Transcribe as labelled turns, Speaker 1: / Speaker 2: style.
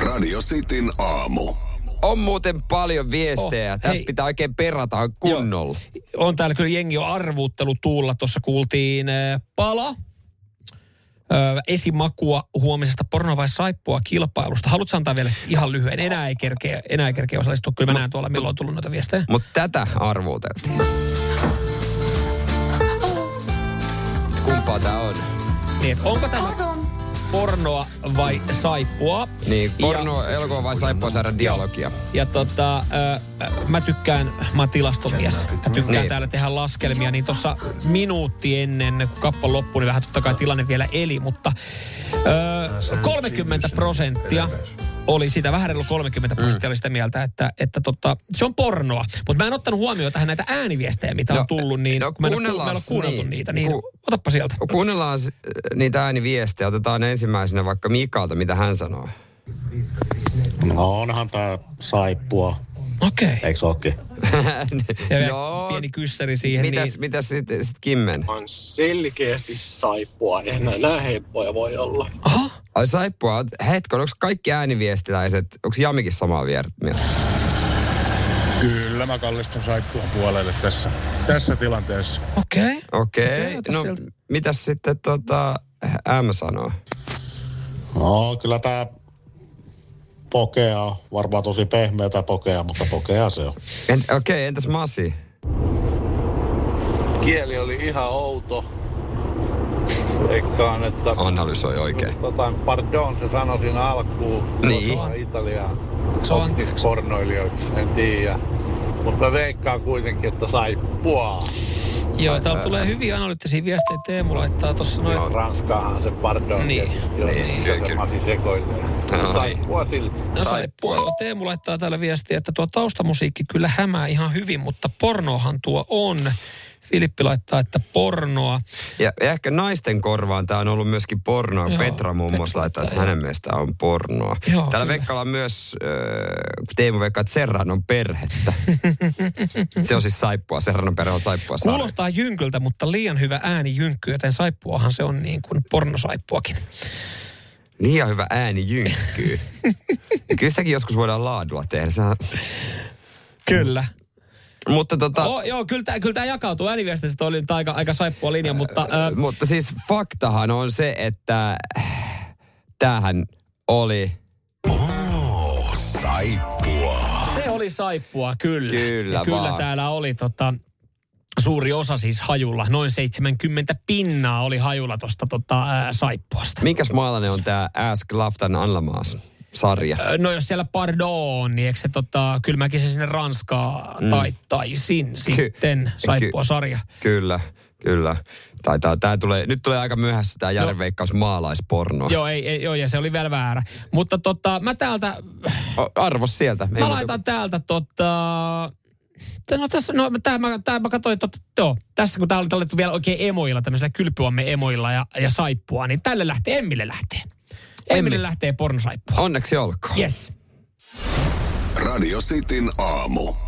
Speaker 1: Radio Cityn aamu.
Speaker 2: On muuten paljon viestejä. Oh,
Speaker 3: Oh,
Speaker 2: Tässä
Speaker 3: hei.
Speaker 2: pitää oikein perata kunnolla. Joo.
Speaker 3: Joo. On täällä kyllä jengi jo arvuuttelu tuulla. Tuossa kuultiin äh, pala. Ö, esimakua huomisesta porno vai saippua kilpailusta. Haluatko antaa vielä sit ihan lyhyen? Enää ei kerkeä, enää ei kerkeä osallistua. Kyllä
Speaker 2: No.
Speaker 3: mä näen tuolla, milloin on tullut noita viestejä.
Speaker 2: Mutta tätä arvuutettiin. Kumpaa tää on?
Speaker 3: Niin, et onko tämä pornoa vai saippua?
Speaker 2: Niin, porno,
Speaker 3: Ja,
Speaker 2: elokuva vai saippua saada dialogia.
Speaker 3: ja tota, ö, ö, mä tykkään, mä oon tilastomies, mä tykkään
Speaker 2: Niin.
Speaker 3: niin. täällä tehdä laskelmia, niin tuossa minuutti ennen, kun kappa loppui, niin vähän totta kai tilanne vielä eli, mutta ö, 30 prosenttia oli sitä, vähän reilu 30
Speaker 2: Mm.
Speaker 3: prosenttia oli sitä mieltä, että, että tota, se on pornoa. Mutta mä en ottanut huomioon tähän näitä ääniviestejä, mitä
Speaker 2: No,
Speaker 3: on tullut, niin
Speaker 2: no
Speaker 3: kun mä en, ole kuul-
Speaker 2: kuunnellaan
Speaker 3: mä en ole kuunneltu
Speaker 2: niin.
Speaker 3: niitä, niin
Speaker 2: Ku-
Speaker 3: otappa sieltä.
Speaker 2: Kuunnellaan s- niitä ääniviestejä. Otetaan ensimmäisenä vaikka Mikalta, mitä hän sanoo.
Speaker 4: No onhan tää saippua,
Speaker 3: Okei. Okay.
Speaker 4: eikö ookin?
Speaker 3: Ja
Speaker 2: Joo.
Speaker 3: vielä pieni kyssäri siihen. niin-
Speaker 2: Mitäs, mitäs sitten sit Kimmen?
Speaker 5: on selkeästi saippua. Eihän nää- nää helppoja voi olla.
Speaker 3: Aha.
Speaker 2: Ai saippua, oot- hetkon, onko kaikki ääniviestiläiset, onko Jamikin samaa vier- mieltä?
Speaker 6: Kyllä mä kallistun saippuan puolelle tässä, tässä tilanteessa.
Speaker 3: Okei. Okay.
Speaker 2: Okei,
Speaker 3: Okei,
Speaker 2: okay.
Speaker 3: ota
Speaker 2: no
Speaker 3: sieltä.
Speaker 2: mitäs sitten tota, M sanoo?
Speaker 4: No kyllä tää pokea on varmaan tosi pehmeätä pokea, mutta pokea se on.
Speaker 2: Ent, Okei, okay, entäs Masi?
Speaker 7: Kieli oli ihan outo. Veikkaan, että
Speaker 2: Analysoi oikein.
Speaker 7: jotain pardon se sanoi siinä alkuun.
Speaker 2: Niin.
Speaker 7: Italiaan.
Speaker 3: Se on
Speaker 7: Onks niitä pornoilijoiksi, en tiedä. Mutta veikkaan kuitenkin, että saippua.
Speaker 3: Joo, täällä tulee hyviä analyyttisiä viestejä. Teemu laittaa tuossa noin.
Speaker 7: No, Ranskaahan se pardon.
Speaker 3: Niin,
Speaker 2: niin,
Speaker 7: Niin,
Speaker 2: kyllä.
Speaker 7: se masi sekoilee.
Speaker 2: No
Speaker 7: Saippua silti.
Speaker 3: No, saippua. Joo, Teemu laittaa täällä viestiä, että tuo taustamusiikki kyllä hämää ihan hyvin, mutta pornohan tuo on. Filippi laittaa, että pornoa.
Speaker 2: Ja ja ehkä naisten korvaan tämä on ollut myöskin pornoa. Joo,
Speaker 3: Joo,
Speaker 2: Petra muun muassa
Speaker 3: Petra
Speaker 2: laittaa, että
Speaker 3: laittaa,
Speaker 2: hänen mielestään on pornoa. Joo,
Speaker 3: Joo,
Speaker 2: Täällä
Speaker 3: kyllä.
Speaker 2: Vekkalla on myös, äh, Teemu veikkaa, että Serran on perhettä. Se on siis saippua, Serran on perhe on saippua. sarja.
Speaker 3: Kuulostaa jynkyltä, mutta liian hyvä ääni jynkky, joten saippuahan se on niin kuin pornosaippuakin.
Speaker 2: Liian Niin hyvä ääni jynkkyy. Ja Kyllä sitäkin joskus voidaan laadulla tehdä. Sehän...
Speaker 3: Kyllä.
Speaker 2: Mutta tota...
Speaker 3: Oh, Mm. joo, kyllä tämä, kyllä tämä jakautuu ääniviestistä, oli nyt aika, aika saippua linja, mutta... Äh,
Speaker 2: Mutta siis faktahan on se, että äh, tämähän oli...
Speaker 1: Oo, saippua.
Speaker 3: Se oli saippua, kyllä.
Speaker 2: Kyllä
Speaker 3: ja kyllä
Speaker 2: vaan.
Speaker 3: täällä oli tota, suuri osa siis hajulla. Noin 70 pinnaa oli hajulla tuosta tota, ää, saippuasta.
Speaker 2: Minkäs maalainen on tämä Ask Laftan Anlamaas? sarja.
Speaker 3: Ö, No jos siellä pardon, niin eikö se tota, kyllä mäkin se sinne Ranskaa mm. taittaisin sitten saippua sarja.
Speaker 2: Kyllä, kyllä. Tai tää, tää tulee, nyt tulee aika myöhässä tämä järveikkaus no. maalaispornoa.
Speaker 3: Joo, ei, ei, joo, ja se oli vielä väärä. Mutta tota, mä täältä,
Speaker 2: O- Arvos sieltä. Ei
Speaker 3: mä
Speaker 2: muuta.
Speaker 3: laitan täältä tota... No tässä, no tää mä, tää mä katsoin, tota, joo, tässä kun tää oli tallettu vielä oikein emoilla, tämmöisillä kylpyamme emoilla ja, ja saippua, niin tälle lähtee, Emmille lähtee. Emmille
Speaker 2: Emmi.
Speaker 3: lähtee pornosaippua.
Speaker 2: Onneksi olkoon.
Speaker 3: Yes.
Speaker 1: Radio Cityn aamu.